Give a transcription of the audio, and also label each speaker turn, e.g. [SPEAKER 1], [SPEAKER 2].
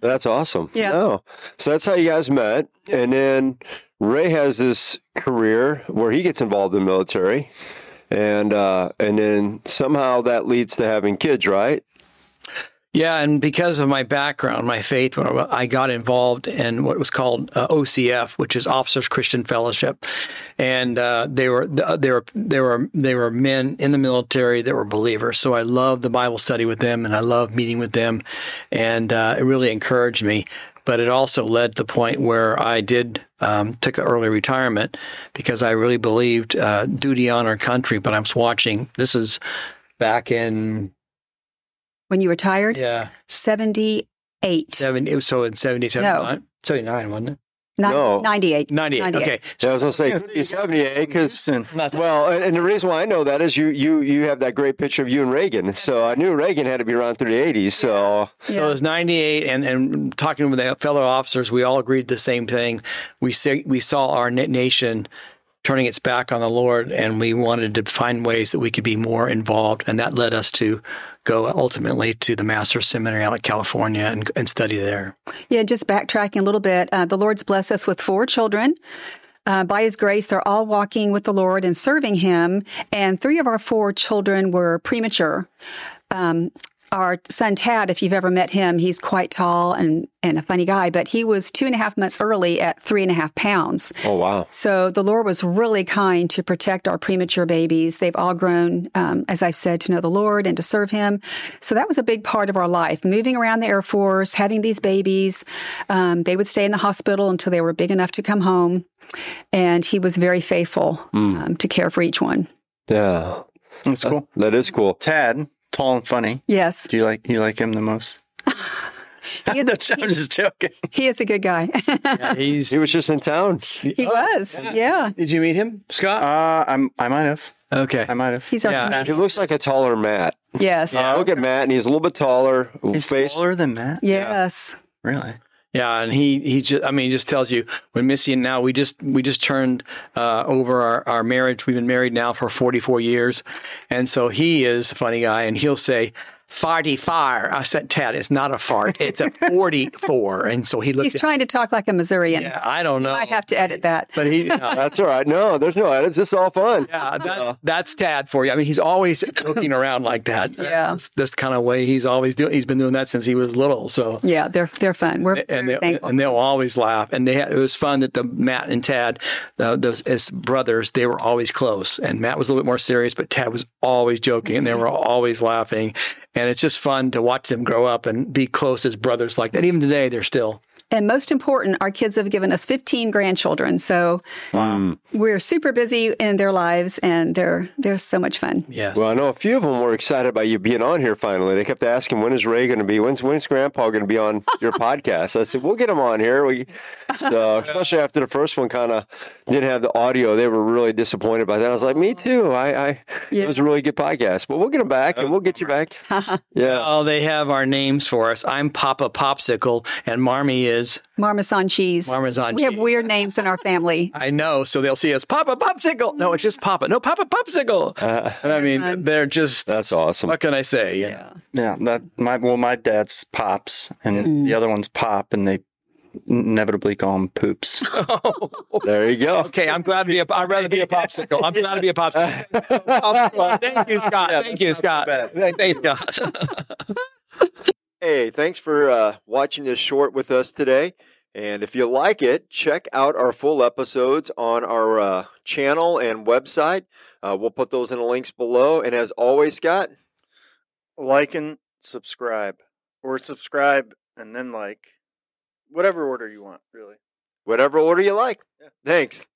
[SPEAKER 1] That's awesome.
[SPEAKER 2] Yeah.
[SPEAKER 1] Oh, so that's how you guys met, and then Ray has this career where he gets involved in the military, and uh, and then somehow that leads to having kids, right?
[SPEAKER 3] Yeah, and because of my background, my faith, when I got involved in what was called uh, OCF, which is Officers Christian Fellowship, and uh, they were they were they were they were men in the military that were believers. So I loved the Bible study with them, and I loved meeting with them, and uh, it really encouraged me. But it also led to the point where I did um, took an early retirement because I really believed uh, duty, honor, country. But I was watching. This is back in
[SPEAKER 2] When you retired,
[SPEAKER 3] yeah.
[SPEAKER 2] 78.
[SPEAKER 3] Seven. It was so in seventy seven.
[SPEAKER 2] No.
[SPEAKER 3] No. Seventy nine, wasn't it?
[SPEAKER 2] Nin-
[SPEAKER 1] No.
[SPEAKER 2] 98.
[SPEAKER 3] Ninety eight. Okay.
[SPEAKER 1] Yeah, I was gonna say seventy-eight because.
[SPEAKER 4] Houston.
[SPEAKER 3] Not that-
[SPEAKER 1] eh? Well, and, and the reason why I know that is you you you have that great picture of you and Reagan. So I knew Reagan had to be around through the eighties. So
[SPEAKER 3] So it was ninety eight, and and talking with the fellow officers, we all agreed the same thing. We see, we saw our na- nation turning its back on the Lord, and we wanted to find ways that we could be more involved, and that led us to go ultimately to the Master's Seminary out in California and, and study there.
[SPEAKER 2] Yeah, just backtracking a little bit. Uh, the Lord's blessed us with four children. Uh, by His grace, they're all walking with the Lord and serving Him. And three of our four children were premature. Um, our son Tad, if you've ever met him, he's quite tall and, and a funny guy, but he was two and a half months early at three and a half pounds.
[SPEAKER 1] oh wow,
[SPEAKER 2] So the Lord was really kind to protect our premature babies. They've all grown, um, as I've said, to know the Lord and to serve Him. So that was a big part of our life, moving around the Air Force, having these babies. Um, they would stay in the hospital until they were big enough to come home. And He was very faithful
[SPEAKER 3] Hmm.
[SPEAKER 2] um, to care for each one.
[SPEAKER 1] yeah,
[SPEAKER 4] That's cool.
[SPEAKER 1] that is cool.
[SPEAKER 4] Tad, Uh, tall and funny.
[SPEAKER 2] Yes,
[SPEAKER 4] Do you like you like him the most?
[SPEAKER 2] he,
[SPEAKER 4] I'm just joking.
[SPEAKER 2] he is a good guy.
[SPEAKER 3] Yeah, he's,
[SPEAKER 1] He was just in town.
[SPEAKER 2] he was, yeah.
[SPEAKER 3] did you meet him, Scott?
[SPEAKER 4] Uh, I'm I might have.
[SPEAKER 3] okay.
[SPEAKER 4] I might have.
[SPEAKER 2] He's our
[SPEAKER 3] Yeah.
[SPEAKER 1] He looks like a taller Matt.
[SPEAKER 2] yes,
[SPEAKER 1] I look at Matt, and he's a little bit taller.
[SPEAKER 4] He's
[SPEAKER 1] face
[SPEAKER 4] taller than Matt.
[SPEAKER 2] yes.
[SPEAKER 4] Really?
[SPEAKER 3] Yeah, and he he just I mean he just tells you when Missy and now we just we just turned uh, over our, our marriage. We've been married now for forty four years, and so he is a funny guy, and he'll say. Farty fire. I said, Tad, it's not a fart. It's a 44. And so he
[SPEAKER 2] He's
[SPEAKER 3] looked at
[SPEAKER 2] trying to talk like a Missourian.
[SPEAKER 3] yeah, I don't know.
[SPEAKER 2] I have to edit that.
[SPEAKER 3] But he, yeah,
[SPEAKER 1] That's all right. No, there's no edits. It's all fun.
[SPEAKER 3] yeah, that, that's Tad for you. I mean, he's always looking around like that.
[SPEAKER 2] Yeah.
[SPEAKER 3] That's, that's the kind of way he's always doing. He's been doing that since he was little. So
[SPEAKER 2] Yeah, they're they're fun. We're
[SPEAKER 3] and
[SPEAKER 2] very
[SPEAKER 3] they,
[SPEAKER 2] thankful.
[SPEAKER 3] and they'll always laugh. And they had, it was fun that the Matt and Tad, uh, those as brothers, they were always close. And Matt was a little bit more serious, but Tad was always joking, and they were
[SPEAKER 2] Mm-hmm.
[SPEAKER 3] always laughing. And it's just fun to watch them grow up and be close as brothers like that. Even today, they're still.
[SPEAKER 2] And most important, our kids have given us 15 grandchildren. So we're super busy in their lives and they're they're so much fun.
[SPEAKER 3] Yes.
[SPEAKER 1] Well, I know a few of them were excited about you being on here finally. They kept asking, when is Ray going to be? When's, when's Grandpa going to be on your podcast? I said, we'll get him on here. We, so, especially after the first one kind of didn't have the audio, they were really disappointed by that. I was like, me too. I, I It was a really good podcast, but we'll get him back and we'll get you back. yeah.
[SPEAKER 3] Oh, they have our names for us. I'm Papa Popsicle, and Marmy is.
[SPEAKER 2] Parmesan cheese.
[SPEAKER 3] Parmesan
[SPEAKER 2] We have
[SPEAKER 3] cheese.
[SPEAKER 2] weird names in our family.
[SPEAKER 3] I know, so they'll see us Papa Popsicle. No, it's just Papa. No, Papa Popsicle. and I mean, they're just.
[SPEAKER 1] Uh, That's awesome.
[SPEAKER 3] What can I say? You know?
[SPEAKER 4] Yeah. That my well, my dad's pops, and
[SPEAKER 2] Mm.
[SPEAKER 4] the other one's pop, and they inevitably call him poops.
[SPEAKER 1] There you go.
[SPEAKER 3] Okay, I'm glad to be a. I'd rather be a popsicle. I'm glad to be a popsicle. Thank you, Scott. Thank you, Scott. Thanks, Scott.
[SPEAKER 1] Hey, thanks for uh, watching this short with us today. And if you like it, check out our full episodes on our uh, channel and website. Uh, we'll put those in the links below. And as always, Scott,
[SPEAKER 4] like and subscribe, or subscribe and then like, whatever order you want, really.
[SPEAKER 1] whatever order you like. Thanks.